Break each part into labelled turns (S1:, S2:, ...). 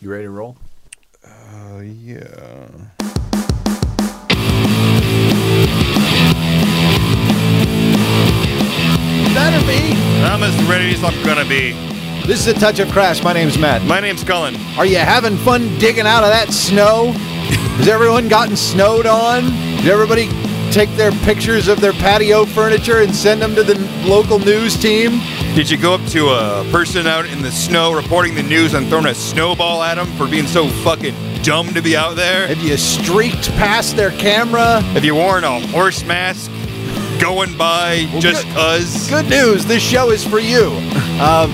S1: You ready to roll?
S2: Uh, yeah.
S3: Better be.
S2: I'm as ready as I'm gonna be.
S3: This is a touch of crash. My name's Matt.
S2: My name's Cullen.
S3: Are you having fun digging out of that snow? Has everyone gotten snowed on? Did everybody take their pictures of their patio furniture and send them to the local news team?
S2: Did you go up to a person out in the snow reporting the news and throwing a snowball at him for being so fucking dumb to be out there?
S3: Have you streaked past their camera?
S2: Have you worn a horse mask going by just
S3: good-
S2: cuz?
S3: Good news, this show is for you. Um,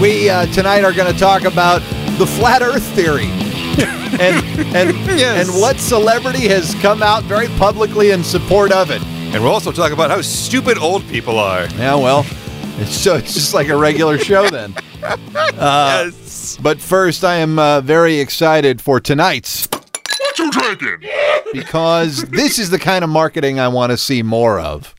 S3: we uh, tonight are going to talk about the flat Earth theory, and and
S2: Yes.
S3: and what celebrity has come out very publicly in support of it.
S2: And we'll also talk about how stupid old people are.
S3: Yeah, well, it's, so it's just like a regular show then. Uh,
S2: yes.
S3: But first, I am uh, very excited for tonight's. What you drinking? Because this is the kind of marketing I want to see more of.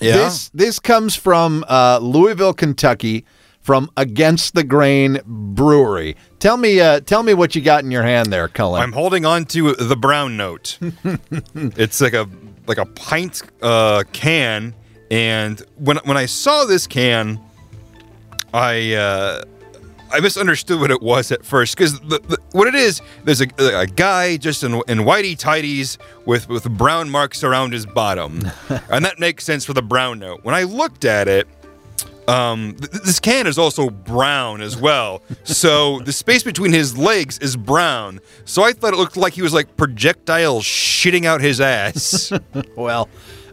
S2: Yeah.
S3: This this comes from uh, Louisville, Kentucky, from Against the Grain Brewery. Tell me, uh, tell me what you got in your hand there, Cullen.
S2: I'm holding on to the brown note. it's like a like a pint uh, can, and when when I saw this can, I uh, I misunderstood what it was at first because the, the, what it is there's a, a guy just in, in whitey tidies with with brown marks around his bottom, and that makes sense for the brown note. When I looked at it. Um, th- th- this can is also brown as well. So the space between his legs is brown. So I thought it looked like he was like projectile shitting out his ass.
S3: well,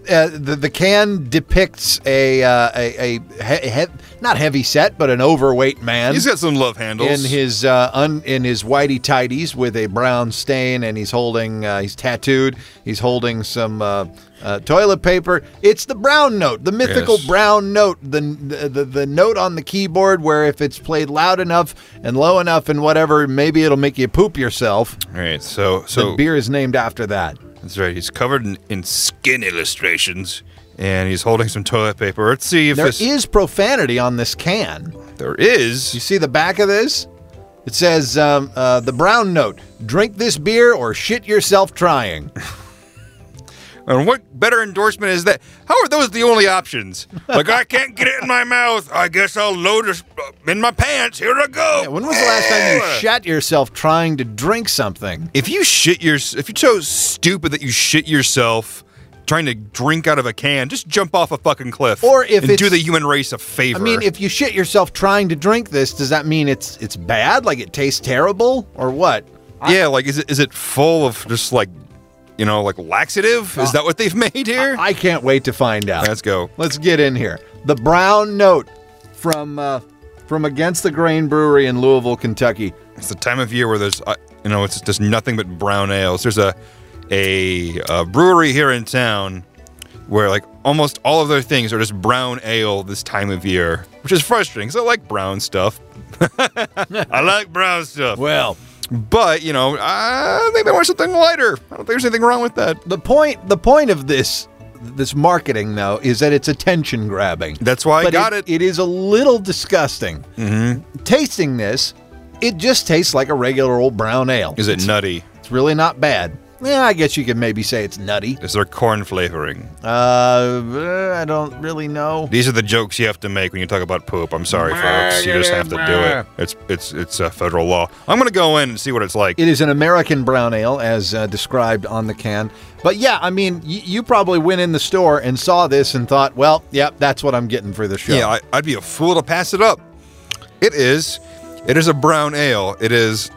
S3: uh, the the can depicts a uh, a, a he- he- not heavy set, but an overweight man.
S2: He's got some love handles.
S3: in his uh, un, in his whitey tidies with a brown stain, and he's holding uh, he's tattooed. He's holding some uh, uh, toilet paper. It's the brown note, the mythical
S2: Yes.
S3: brown note, the, the the the note on the keyboard where if it's played loud enough and low enough and whatever, maybe it'll make you poop yourself.
S2: All right. So
S3: the
S2: so
S3: beer is named after that.
S2: that's right. He's covered in, in skin illustrations, and he's holding some toilet paper. Let's see if
S3: There
S2: this,
S3: is profanity on this can.
S2: there is.
S3: You see the back of this? It says um, uh, the brown note. Drink this beer or shit yourself trying.
S2: And what better endorsement is that? How are those the only options? like I can't get it in my mouth. I guess I'll load it uh, in my pants. Here I go.
S3: When was the last time you shat yourself trying to drink something?
S2: If you shit your, if you're so stupid that you shit yourself trying to drink out of a can, just jump off a fucking cliff.
S3: Or if
S2: and do
S3: it's-
S2: the human race a favor.
S3: I mean, if you shit yourself trying to drink this, does that mean it's it's bad? Like it tastes terrible or what?
S2: yeah, like is it is it full of just like, you know, like laxative? Is that what they've made here?
S3: Uh, I can't wait to find out.
S2: Let's go.
S3: Let's get in here. The brown note from uh, from Against the Grain Brewery in Louisville, Kentucky.
S2: It's the time of year where there's, uh, you know, it's just nothing but brown ales. There's a, a, uh brewery here in town where like almost all of their things are just brown ale this time of year, which is frustrating because I like brown stuff. I like brown stuff.
S3: Well,
S2: But you know, uh, maybe I want something lighter. I don't think there's anything wrong with that.
S3: the point the point of this this marketing though is that it's attention grabbing.
S2: That's why I
S3: but
S2: got it. Mm-hmm.
S3: It is a little disgusting. Tasting this, it just tastes like a regular old brown ale.
S2: Is it nutty?
S3: It's really not bad. Yeah, I guess you could maybe say it's nutty.
S2: Is there corn flavoring?
S3: Uh, I don't really know.
S2: These are the jokes you have to make when you talk about poop. I'm sorry, folks. You just have to do it. It's it's it's a federal law. I'm gonna go in and see what it's like.
S3: It is an American brown ale, as uh, described on the can. But yeah, I mean, y- you probably went in the store and saw this and thought, well, yep, that's what I'm getting for the show.
S2: Yeah, I, I'd be a fool to pass it up. It is. It is a brown ale. It is,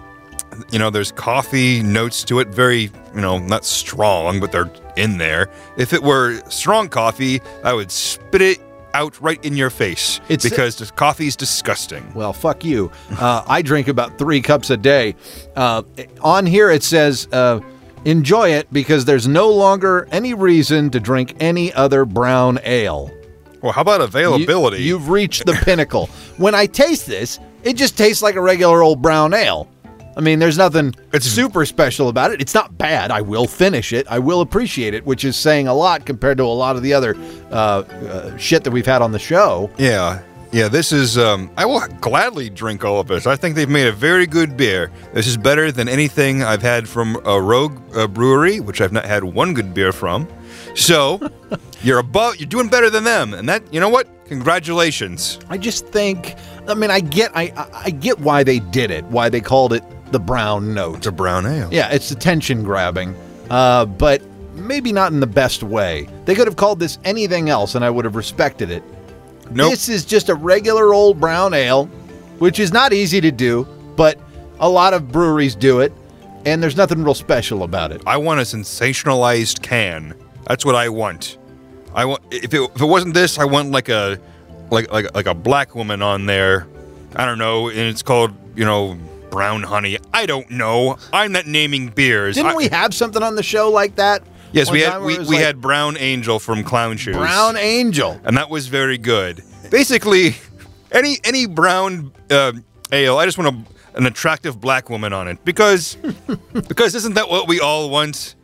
S2: you know, there's coffee notes to it, very, you know, not strong, but they're in there. If it were strong coffee, I would spit it out right in your face
S3: It's-
S2: because the coffee's disgusting.
S3: Well, fuck you. Uh, I drink about three cups a day. Uh, on here it says, uh, enjoy it because there's no longer any reason to drink any other brown ale.
S2: Well, how about availability?
S3: You, have reached the pinnacle. When I taste this, it just tastes like a regular old brown ale. I mean, there's nothing
S2: It's-
S3: super special about it. It's not bad. I will finish it. I will appreciate it, which is saying a lot compared to a lot of the other uh, uh, shit that we've had on the show.
S2: yeah. Yeah, this is. Um, I will gladly drink all of this. I think they've made a very good beer. This is better than anything I've had from a Rogue uh, Brewery, which I've not had one good beer from. So, you're above. You're doing better than them, and that. You know what? Congratulations.
S3: I just think. I mean, I get. I I- I get why they did it. Why they called it the brown note.
S2: It's a brown ale.
S3: Yeah, it's attention grabbing, uh, but maybe not in the best way. They could have called this anything else, and I would have respected it.
S2: Nope.
S3: This is just a regular old brown ale, which is not easy to do, but a lot of breweries do it, and there's nothing real special about it.
S2: I want a sensationalized can. That's what I want. I want if it, if it wasn't this, I want like a like like like a black woman on there. I don't know, and it's called you know brown honey. I don't know. I'm not naming beers.
S3: Didn't
S2: I-
S3: we have something on the show like that?
S2: Yes,
S3: One
S2: we
S3: time
S2: had
S3: where
S2: we,
S3: it was
S2: we
S3: like
S2: had brown angel from Clown Shoes.
S3: Brown Angel.
S2: and that was very good. Basically, any any brown uh, ale, I just want a, an attractive black woman on it because because isn't that what we all want?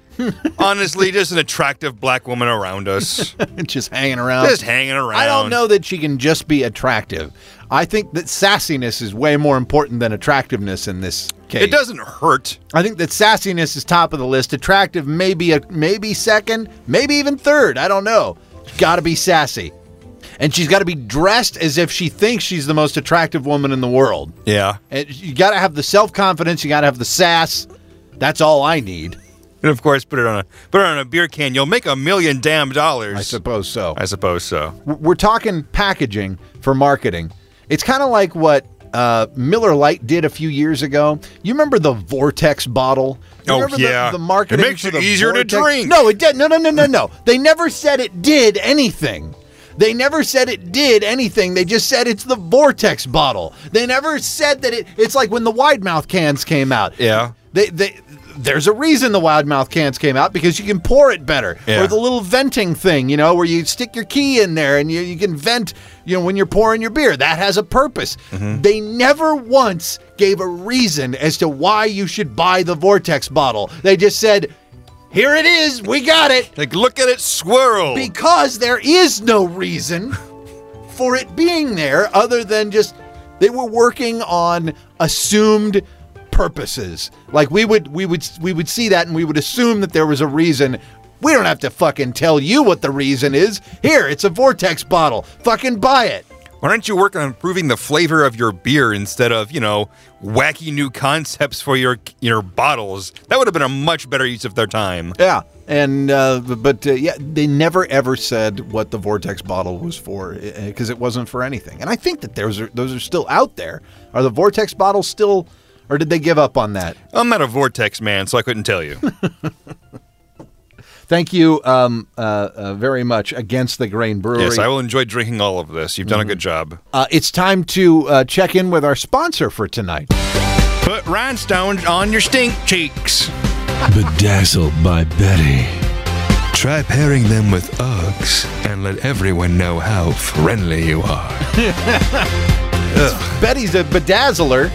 S2: Honestly, just an attractive black woman around us,
S3: just hanging around.
S2: just hanging around.
S3: I don't know that she can just be attractive. I think that sassiness is way more important than attractiveness in this case.
S2: It doesn't hurt.
S3: I think that sassiness is top of the list. Attractive, maybe a maybe second, maybe even third. I don't know. Got to be sassy, and she's got to be dressed as if she thinks she's the most attractive woman in the world.
S2: Yeah,
S3: And you got to have the self confidence. You got to have the sass. That's all I need.
S2: and of course, put it on a put it on a beer can. You'll make a million damn dollars.
S3: I suppose so.
S2: I suppose so.
S3: we're talking packaging for marketing. It's kind of like what uh, Miller Lite did a few years ago. You remember the Vortex bottle? You
S2: Oh,
S3: remember the-
S2: yeah.
S3: the, marketing.
S2: It makes
S3: for
S2: it
S3: the
S2: easier to
S3: Vortex-
S2: drink.
S3: No, it did. No, no, no, no, no. they never said it did anything. They never said it did anything. They just said it's the Vortex bottle. They never said that it. It's like when the wide mouth cans came out.
S2: Yeah.
S3: They they. There's a reason the wide mouth cans came out because you can pour it better.
S2: Yeah.
S3: Or the little venting thing, you know, where you stick your key in there and you, you can vent, you know, when you're pouring your beer. That has a purpose. They never once gave a reason as to why you should buy the Vortex bottle. They just said, here it is, we got it,
S2: Like, look at it swirl.
S3: because there is no reason for it being there other than just they were working on assumed purposes. Like we would we would we would see that and we would assume that there was a reason. We don't have to fucking tell you what the reason is. Here, it's a vortex bottle. Fucking buy it.
S2: Why don't you work on improving the flavor of your beer instead of, you know, wacky new concepts for your your bottles? That would have been a much better use of their time.
S3: Yeah. And uh, but uh, yeah, they never ever said what the vortex bottle was for because it wasn't for anything. And I think that those are those are still out there. Are the vortex bottles still, or did they give up on that?
S2: I'm not a vortex man, so I couldn't tell you.
S3: Thank you um, uh, uh, very much. Against the Grain Brewery.
S2: yes, I will enjoy drinking all of this. You've done a good job.
S3: uh, it's time to uh, check in with our sponsor for tonight.
S2: Put rhinestones on your stink cheeks.
S1: Bedazzled by Betty.
S2: Try pairing them with Uggs and let everyone know how friendly you are.
S3: Betty's a bedazzler,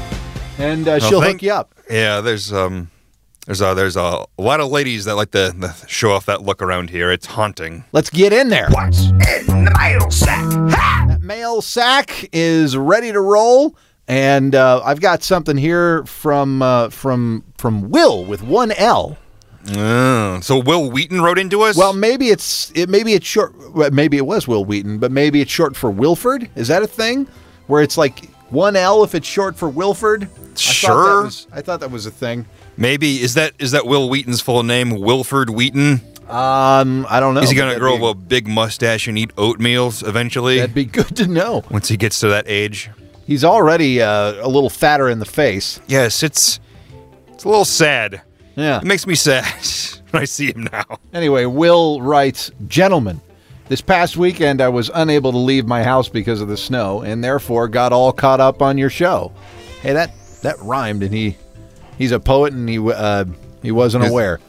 S3: and uh, she'll hook you up.
S2: Yeah, there's um, there's a, there's a lot of ladies that like to to show off that look around here. It's haunting.
S3: Let's get in there.
S4: What's in the mail sack? Ha!
S3: That mail sack is ready to roll, and uh, I've got something here from uh, from from Will with one L.
S2: Oh, so Will Wheaton wrote into us.
S3: Well, maybe it's it maybe it's short. well, Maybe it was Will Wheaton, but maybe it's short for Wilford. Is that a thing where it's like one L if it's short for Wilford? I thought that
S2: Sure.
S3: was- I thought that was a thing.
S2: Maybe is that is that Will Wheaton's full name? Wilford Wheaton.
S3: Um, I don't know.
S2: Is he
S3: but
S2: gonna
S3: that'd
S2: grow
S3: be-
S2: a big mustache and eat oatmeals eventually?
S3: That'd be good to know.
S2: Once he gets to that age.
S3: He's already uh, a little fatter in the face.
S2: Yes, it's it's a little sad.
S3: Yeah.
S2: It makes me sad when I see him now.
S3: Anyway, Will writes, Gentlemen, this past weekend I was unable to leave my house because of the snow and therefore got all caught up on your show. Hey, that, that rhymed and he he's a poet and he uh, he wasn't aware.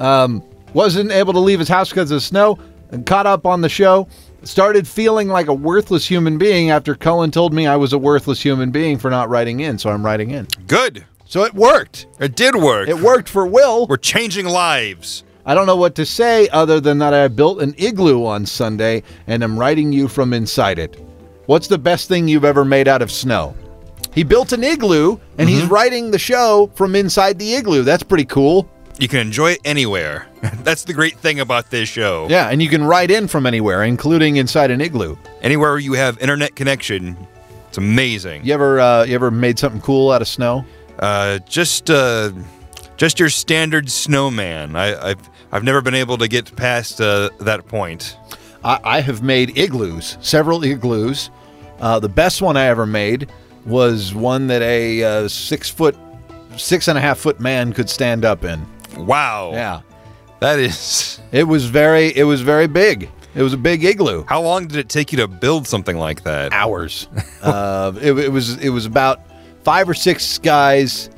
S3: Um, wasn't able to leave his house because of the snow and caught up on the show. Started feeling like a worthless human being after Cullen told me I was a worthless human being for not writing in, so I'm writing in.
S2: Good.
S3: So it worked.
S2: It did work.
S3: It worked for Will.
S2: We're changing lives.
S3: I don't know what to say other than that I built an igloo on Sunday and am writing you from inside it. What's the best thing you've ever made out of snow? He built an igloo and he's writing the show from inside the igloo. That's pretty cool.
S2: You can enjoy it anywhere. That's the great thing about this show.
S3: Yeah, and you can write in from anywhere, including inside an igloo.
S2: Anywhere you have internet connection, it's amazing.
S3: You ever uh, you ever made something cool out of snow?
S2: Uh, just uh, just your standard snowman. I, I've I've never been able to get past uh, that point.
S3: I, I have made igloos, several igloos. Uh, the best one I ever made was one that a uh, six foot, six and a half foot man could stand up in.
S2: Wow.
S3: Yeah,
S2: That is.
S3: it was very, it was very big. It was a big igloo.
S2: How long did it take you to build something like that?
S3: Hours. uh, it, it was, it was about five or six guys,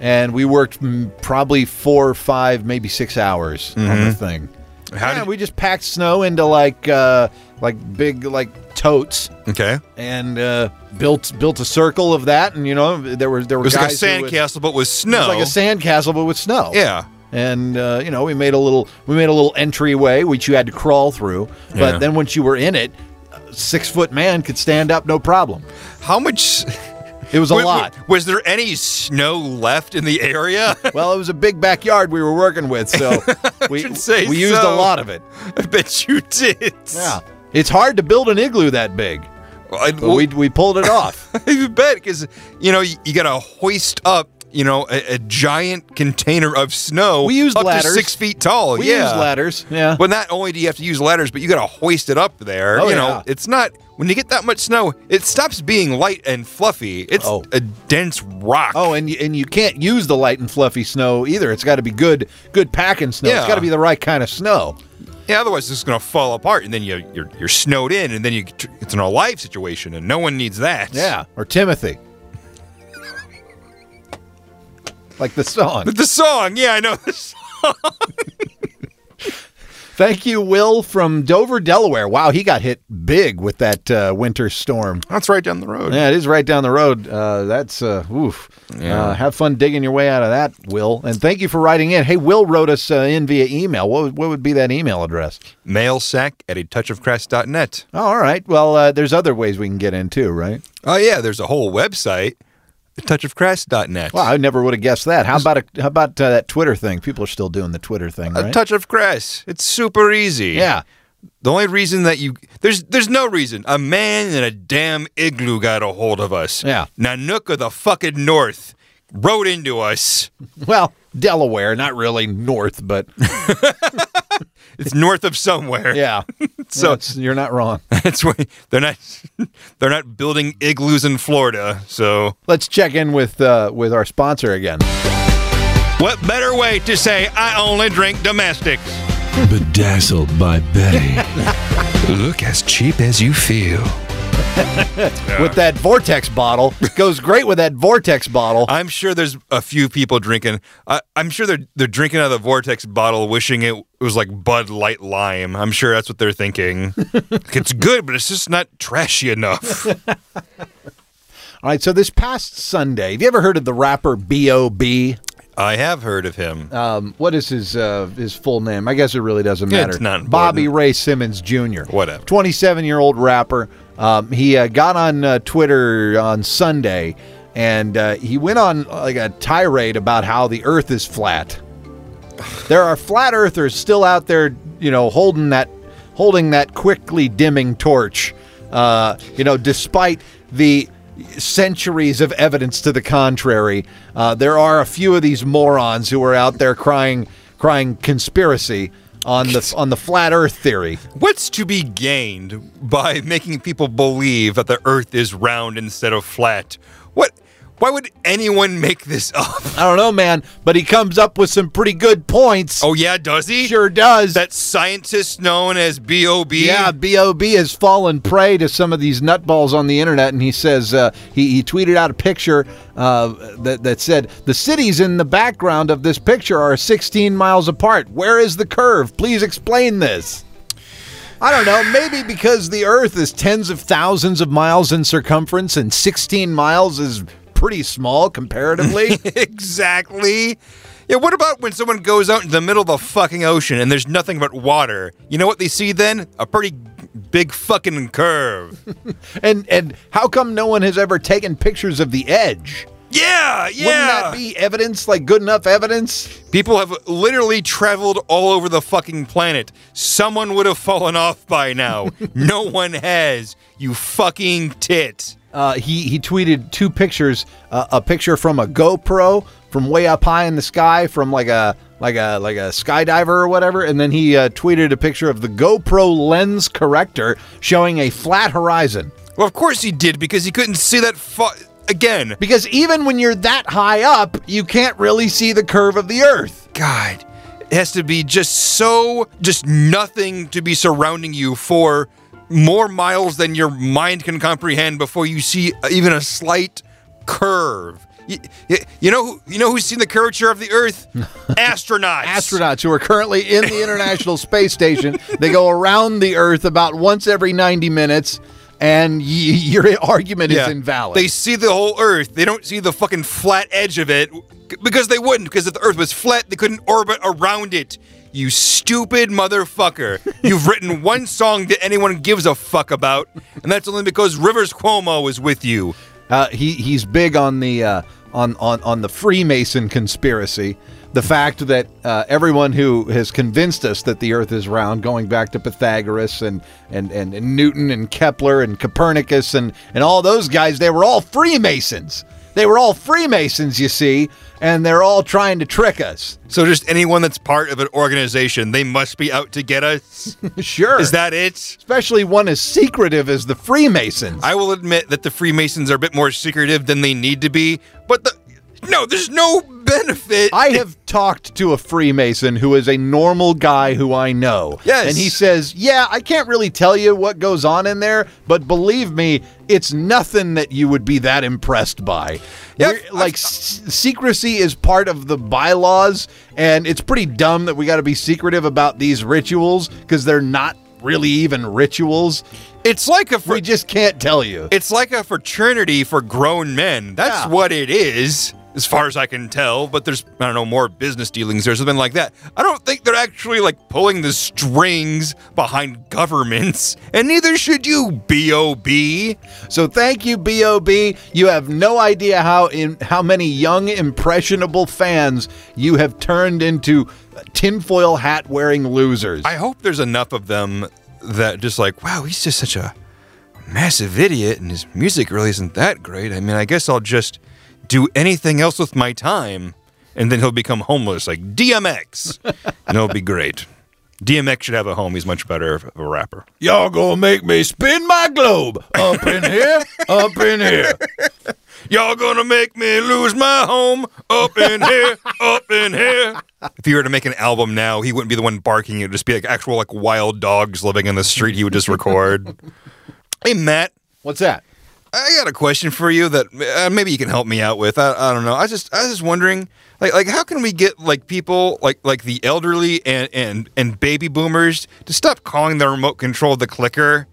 S3: and we worked mm, probably four or five, maybe six hours on the thing.
S2: Mm-hmm. How
S3: yeah,
S2: did-
S3: we just packed snow into like, uh, like big, like totes.
S2: Okay.
S3: and uh, built built a circle of that. And you know, there were there were
S2: It was like a
S3: guys who would-
S2: sandcastle, but with
S3: It was
S2: snow.
S3: like a sandcastle, but with snow.
S2: Yeah.
S3: And uh, you know, we made a little we made a little entryway which you had to crawl through. But
S2: Yeah.
S3: then once you were in it, six foot man could stand up, no problem.
S2: How much?
S3: It was a
S2: Wa- wa-
S3: lot.
S2: Was there any snow left in the area?
S3: Well, it was a big backyard we were working with, so we
S2: should say
S3: we used a
S2: so.
S3: lot of it.
S2: I bet you did.
S3: Yeah, it's hard to build an igloo that big,
S2: Well, I,
S3: but we we pulled it off.
S2: I bet because you know you, you got to hoist up you know a, a giant container of snow.
S3: We used
S2: up to
S3: ladders.
S2: six feet tall.
S3: We
S2: yeah.
S3: used ladders. Yeah.
S2: But not only do you have to use ladders, but you got to hoist it up there.
S3: Oh,
S2: you know,
S3: yeah.
S2: it's not when you get that much snow, it stops being light and fluffy. It's
S3: Oh.
S2: a dense rock.
S3: Oh, and y- and you can't use the light and fluffy snow either. It's got to be good, good packing snow. It's
S2: Yeah.
S3: got to be the right kind of snow.
S2: yeah. Otherwise, it's going to fall apart, and then you you're, you're snowed in, and then you get- it's an alive situation, and no one needs that.
S3: or Timothy, like the song.
S2: The song, yeah, I know. this.
S3: Thank you, Will from Dover, Delaware. Wow, he got hit big with that uh, winter storm.
S2: That's right down the road.
S3: Yeah, it is right down the road. Uh, that's uh, oof. Uh, have fun digging your way out of that, Will. And thank you for writing in. Hey, Will wrote us uh, in via email. What would, what would be that email address?
S2: Mailsack at a touch of crest.net.
S3: Oh, all right. Well, uh, there's other ways we can get in too, right?
S2: Oh yeah, there's a whole website, touchofcrest.net.
S3: Well, I never would have guessed that. How about a, how about uh, that Twitter thing? People are still doing the Twitter thing,
S2: A
S3: right?
S2: touch of crest. It's super easy.
S3: yeah.
S2: The only reason that you there's there's no reason a man in a damn igloo got a hold of us.
S3: Yeah.
S2: Nanook of the fucking north rode into us.
S3: Well, Delaware, not really north, but
S2: It's north of somewhere.
S3: yeah.
S2: So-
S3: Yeah, it's- you're not wrong.
S2: That's why they're not they're not building igloos in Florida. So
S3: Let's check in with uh, with our sponsor again.
S2: what better way to say I only drink domestics?
S1: Bedazzled by Betty.
S5: Look as cheap as you feel.
S3: With that Vortex bottle, goes great with that Vortex bottle.
S2: I'm sure there's a few people drinking. I, I'm sure they're they're drinking out of the vortex bottle, wishing it was like Bud Light Lime. I'm sure that's what they're thinking. it's good, but it's just not trashy enough.
S3: All right, so this past Sunday, have you ever heard of the rapper B.O.B.?
S2: I have heard of him.
S3: Um, what is his uh, his full name? I guess it really doesn't
S2: Yeah,
S3: matter.
S2: it's not important.
S3: Bobby Ray Simmons Jr.
S2: Whatever.
S3: 27 year old rapper. Um, he uh, got on uh, Twitter on Sunday, and uh, he went on uh, like a tirade about how the Earth is flat. There are flat earthers still out there, you know, holding that holding that quickly dimming torch. Uh, you know, despite the centuries of evidence to the contrary, uh, there are a few of these morons who are out there crying crying conspiracy on the on the flat Earth theory.
S2: What's to be gained by making people believe that the Earth is round instead of flat? What? Why would anyone make this up?
S3: I don't know, man, but he comes up with some pretty good points.
S2: Oh yeah, does he?
S3: sure does.
S2: That scientist known as Bob.
S3: Yeah, Bob has fallen prey to some of these nutballs on the internet, and he says uh, he, he tweeted out a picture uh, that that said the cities in the background of this picture are 16 miles apart. Where is the curve? Please explain this. I don't know. Maybe because the Earth is tens of thousands of miles in circumference, and 16 miles is pretty small comparatively.
S2: exactly. Yeah, what about when someone goes out in the middle of the fucking ocean and there's nothing but water? You know what they see then? A pretty big fucking curve.
S3: And and how come no one has ever taken pictures of the edge?
S2: yeah, yeah.
S3: Wouldn't that be evidence, like good enough evidence?
S2: People have literally traveled all over the fucking planet. Someone would have fallen off by now. no one has. You fucking tit.
S3: Uh, he he tweeted two pictures: uh, a picture from a GoPro from way up high in the sky, from like a like a like a skydiver or whatever, and then he uh, tweeted a picture of the GoPro lens corrector showing a flat horizon.
S2: Well, of course he did because he couldn't see that fu- again.
S3: Because even when you're that high up, you can't really see the curve of the Earth.
S2: God, it has to be just so, just nothing to be surrounding you for more miles than your mind can comprehend before you see uh, even a slight curve. You, you know, who- you know who's seen the curvature of the Earth? Astronauts.
S3: astronauts who are currently in the International Space Station. They go around the Earth about once every 90 minutes, and y- your argument is invalid.
S2: They see the whole Earth. They don't see the fucking flat edge of it because they wouldn't. Because if the Earth was flat, they couldn't orbit around it. You stupid motherfucker. You've written one song that anyone gives a fuck about, and that's only because Rivers Cuomo was with you.
S3: uh, he he's big on the uh, on on on the Freemason conspiracy. The fact that uh, everyone who has convinced us that the Earth is round, going back to Pythagoras and and, and, and Newton and Kepler and Copernicus and, and all those guys, they were all Freemasons. They were all Freemasons, you see, and they're all trying to trick us.
S2: So just anyone that's part of an organization, they must be out to get us.
S3: sure.
S2: Is that it?
S3: especially one as secretive as the Freemasons.
S2: I will admit that the Freemasons are a bit more secretive than they need to be, but the no, there's no benefit.
S3: I have talked to a Freemason who is a normal guy who I know.
S2: Yes.
S3: And he says, Yeah, I can't really tell you what goes on in there, but believe me, it's nothing that you would be that impressed by.
S2: Yeah,
S3: We're-
S2: I've-
S3: like, s- secrecy is part of the bylaws, and it's pretty dumb that we got to be secretive about these rituals because they're not really even rituals.
S2: It's like a fr-
S3: We just can't tell you.
S2: It's like a fraternity for grown men. That's
S3: Yeah.
S2: what it is, as far as I can tell. But there's, I don't know, more business dealings or something like that. I don't think they're actually like pulling the strings behind governments, and neither should you, B.O.B.
S3: So thank you, Bob. You have no idea how in how many young impressionable fans you have turned into tinfoil hat wearing losers.
S2: I hope there's enough of them that just like, wow, he's just such a massive idiot, and his music really isn't that great. I mean, I guess I'll just do anything else with my time, and then he'll become homeless like DMX, and it'll be great. DMX should have a home. He's much better of a rapper.
S3: Y'all gonna make me spin my globe up in here, up in here.
S2: Y'all gonna make me lose my home up in here, up in here. If he were to make an album now, he wouldn't be the one barking. It would just be like actual like wild dogs living in the street. He would just record. hey Matt,
S3: What's that?
S2: I got a question for you that uh, maybe you can help me out with. I, I don't know. I just I was just wondering, like like how can we get like people like like the elderly and and and baby boomers to stop calling the remote control the clicker?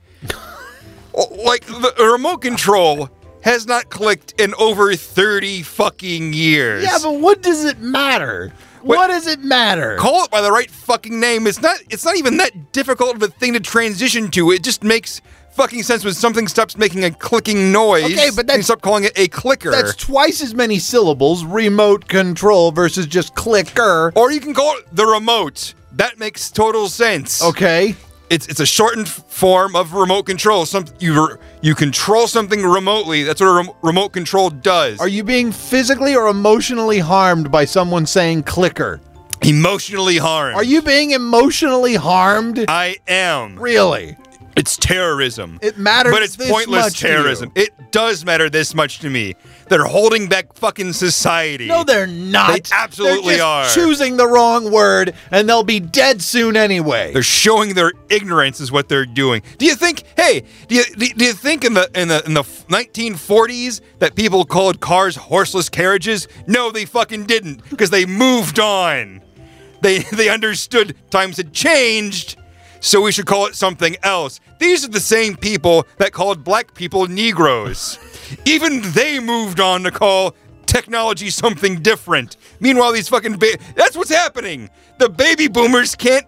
S2: Oh, like the remote control has not clicked in over thirty fucking years.
S3: Yeah, but what does it matter? What, does it matter?
S2: call it by the right fucking name. It's not it's not even that difficult of a thing to transition to. It just makes fucking sense when something stops making a clicking noise.
S3: Okay, but
S2: and
S3: that's-
S2: stop calling it a clicker.
S3: That's twice as many syllables. Remote control versus just clicker.
S2: or you can call it the remote. That makes total sense.
S3: Okay.
S2: It's it's a shortened f- form of remote control. Some you re- you control something remotely. That's what a rem- remote control does.
S3: Are you being physically or emotionally harmed by someone saying clicker?
S2: emotionally harmed?
S3: Are you being emotionally harmed?
S2: I am.
S3: Really?
S2: It's terrorism.
S3: It matters
S2: But it's
S3: this
S2: pointless
S3: much to you.
S2: terrorism. It does matter this much to me. They're holding back fucking society.
S3: No, they're not.
S2: They absolutely
S3: They're just
S2: are.
S3: Choosing the wrong word, and they'll be dead soon anyway.
S2: They're showing their ignorance is what they're doing. Do you think? Hey, do you do, do you think in the in the in the 1940s that people called cars horseless carriages? No, they fucking didn't because they moved on. They they understood times had changed, so we should call it something else. These are the same people that called black people Negroes. Even they moved on to call technology something different. Meanwhile, these fucking ba- that's what's happening. The baby boomers can't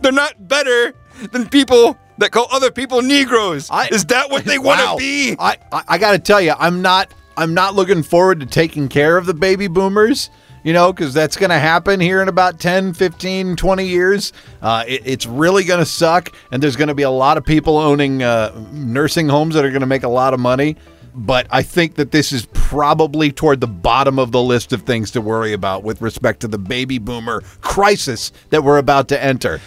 S2: they're not better than people that call other people Negroes.
S3: I-
S2: Is that what they want to
S3: Wow.
S2: be?
S3: I, I, I got to tell you, I'm not I'm not looking forward to taking care of the baby boomers, you know, because that's going to happen here in about 10, 15, 20 years. Uh, it- it's really going to suck. And there's going to be a lot of people owning uh, nursing homes that are going to make a lot of money. But I think that this is probably toward the bottom of the list of things to worry about with respect to the baby boomer crisis that we're about to enter.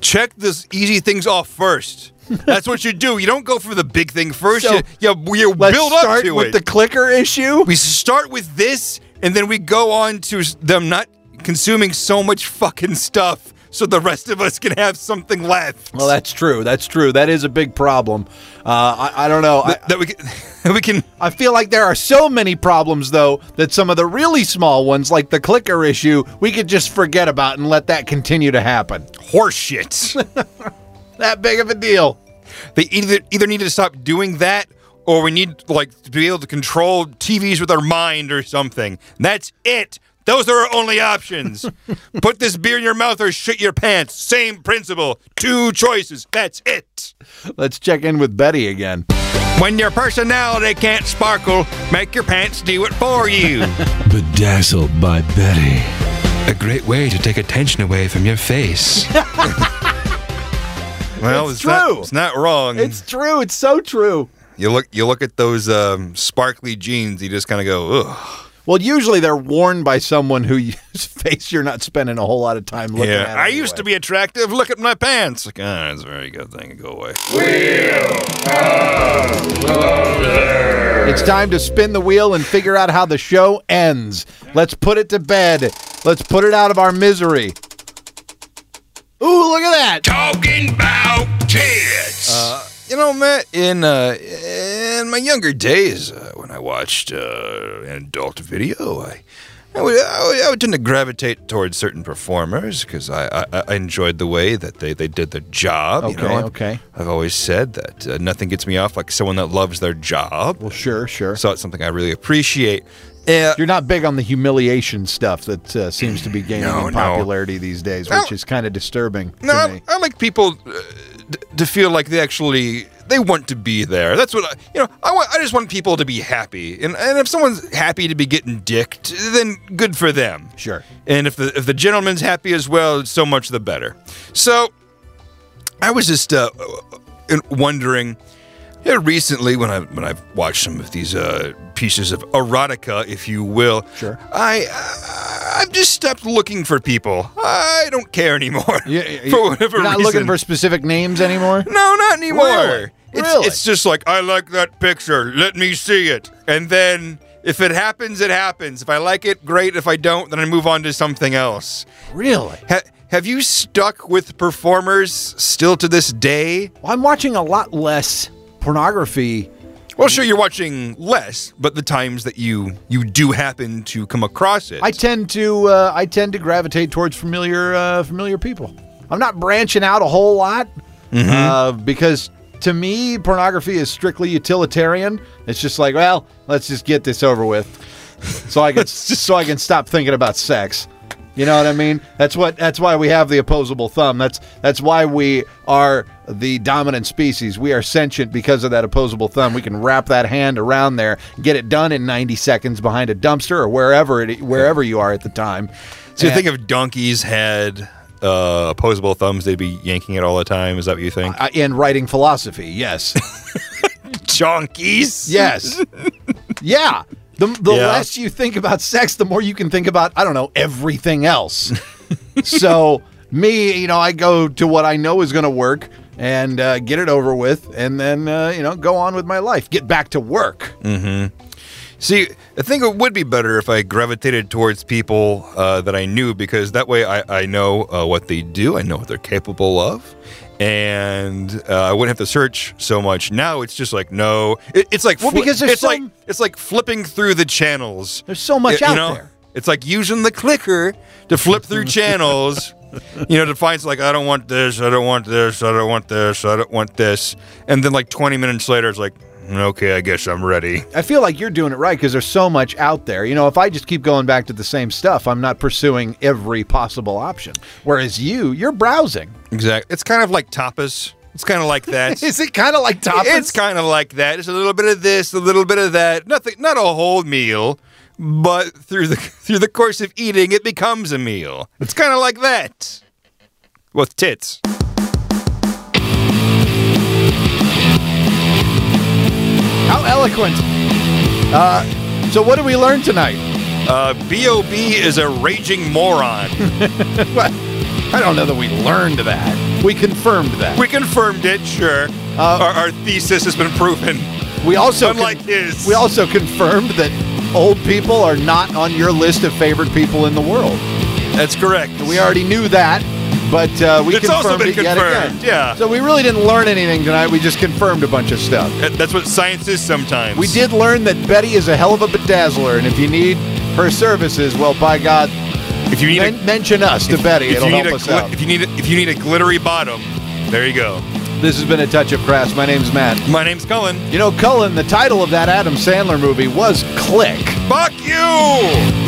S2: Check this easy things off first. That's what you do. You don't go for the big thing first.
S3: So,
S2: you you, you
S3: Let's
S2: build
S3: start
S2: up to
S3: with
S2: it.
S3: the clicker issue.
S2: we start with this, and then we go on to s- them not consuming so much fucking stuff, so the rest of us can have something left.
S3: Well, that's true. That's true. That is a big problem. Uh, I, I don't know. I,
S2: that we can, we can.
S3: I feel like there are so many problems, though, that some of the really small ones, like the clicker issue, we could just forget about and let that continue to happen.
S2: horseshit.
S3: That big of a deal.
S2: they either either need to stop doing that, or we need like to be able to control TVs with our mind or something. That's it. Those are our only options. Put this beer in your mouth or shit your pants. Same principle. Two choices. That's it.
S3: Let's check in with Betty again.
S2: When your personality can't sparkle, make your pants do it for you.
S1: Bedazzled by Betty.
S5: A great way to take attention away from your face.
S2: well,
S3: It's
S2: it's, not-
S3: true.
S2: it's not wrong.
S3: It's true. It's so true.
S2: you look you look at those um, sparkly jeans. You just kind of go, ugh.
S3: Well, usually they're worn by someone whose face you're not spending a whole lot of time looking at.
S2: Yeah, I used
S3: anyway.
S2: to be attractive. Look at my pants. Like, ah, that's a very good thing. Go away.
S3: It's time to spin the wheel and figure out how the show ends. Let's put it to bed. Let's put it out of our misery. Ooh, look at that!
S4: Talking about kids.
S2: Uh, You know, Matt, in uh, in my younger days, uh, when I watched uh, an adult video, I I would, I would, I would tend to gravitate towards certain performers because I, I I enjoyed the way that they, they did their job. you
S3: Okay,
S2: know?
S3: okay.
S2: I've always said that uh, nothing gets me off like someone that loves their job.
S3: Well, sure, sure.
S2: So it's something I really appreciate. Uh,
S3: You're not big on the humiliation stuff that uh, seems to be gaining
S2: No,
S3: in
S2: no.
S3: popularity these days, which
S2: No.
S3: is kind of disturbing
S2: No,
S3: to
S2: I,
S3: me.
S2: I like people uh, d- to feel like they actually they want to be there. That's what I, you know. I want. I just want people to be happy, and and if someone's happy to be getting dicked, then good for them.
S3: Sure.
S2: And if the if the gentleman's happy as well, so much the better. So, I was just uh, wondering. Yeah, recently, when I when I've watched some of these uh, pieces of erotica, if you will,
S3: Sure.
S2: I uh, I've just stopped looking for people. I don't care anymore.
S3: You- you-
S2: for whatever
S3: you're not
S2: reason.
S3: looking for specific names anymore.
S2: no, not anymore.
S3: Really?
S2: It's,
S3: Really?
S2: it's just like I like that picture. Let me see it, and then if it happens, it happens. If I like it, great. If I don't, then I move on to something else.
S3: Really?
S2: Ha- have you stuck with performers still to this day?
S3: Well, I'm watching a lot less pornography.
S2: Well, sure, you're watching less, but the times that you you do happen to come across it,
S3: I tend to uh, I tend to gravitate towards familiar uh, familiar people. I'm not branching out a whole lot uh, because to me pornography is strictly utilitarian. It's just like, well, let's just get this over with, so I can so I can stop thinking about sex. You know what I mean? That's what that's why we have the opposable thumb. That's that's why we are the dominant species. We are sentient because of that opposable thumb. We can wrap that hand around there, get it done in 90 seconds behind a dumpster or wherever it wherever you are at the time.
S2: so you
S3: And
S2: think if donkeys had uh, opposable thumbs, they'd be yanking it all the time. Is that what you think?
S3: I- uh, in writing philosophy, yes.
S2: donkeys?
S3: Yes. yeah. The, the
S2: Yeah.
S3: less you think about sex, the more you can think about, I don't know, everything else. so, me, you know, I go to what I know is going to work and uh, get it over with and then, uh, you know, go on with my life, get back to work.
S2: See, I think it would be better if I gravitated towards people uh, that I knew because that way I, I know uh, what they do, I know what they're capable of, and uh, I wouldn't have to search so much. Now it's just like no, it, it's like
S3: Well, because there's
S2: it's like
S3: some-
S2: it's like flipping through the channels.
S3: There's so much
S2: Y-
S3: out there.
S2: It's like using the clicker to flip through channels, you know, to find like I don't want this, I don't want this, I don't want this, I don't want this, and then like 20 minutes later, it's like okay, I guess I'm ready.
S3: I feel like you're doing it right because there's so much out there. You know, if I just keep going back to the same stuff, I'm not pursuing every possible option. Whereas you, you're browsing.
S2: Exactly. It's kind of like tapas. It's kind of like that.
S3: Is it kind of like tapas?
S2: It's kind of like that. It's a little bit of this, a little bit of that. Nothing, not a whole meal, but through the through the course of eating, it becomes a meal. It's kind of like that. With tits.
S3: How eloquent. Uh, so what did we learn tonight?
S2: Uh, Bob is a raging moron.
S3: What? I don't know that we learned that. We confirmed that.
S2: we confirmed it. Sure,
S3: Uh,
S2: our, our thesis has been proven.
S3: We also
S2: Unlike his.
S3: We also confirmed that old people are not on your list of favorite people in the world.
S2: That's correct.
S3: We already knew that, but uh, we
S2: It's
S3: confirmed
S2: also been
S3: it yet
S2: confirmed,
S3: again.
S2: yeah.
S3: So we really didn't learn anything tonight. We just confirmed a bunch of stuff.
S2: That- That's what science is sometimes.
S3: We did learn that Betty is a hell of a bedazzler, and if you need her services, well, by God,
S2: If you need
S3: men- mention us to Betty.
S2: If
S3: It'll
S2: you, need
S3: help
S2: a
S3: us
S2: gli-
S3: out.
S2: if you need a, if you need a glittery bottom, there you go.
S3: This has been a touch of crass. My name's Matt.
S2: My name's Cullen.
S3: You know, Cullen, the title of that Adam Sandler movie was Click.
S2: Fuck you!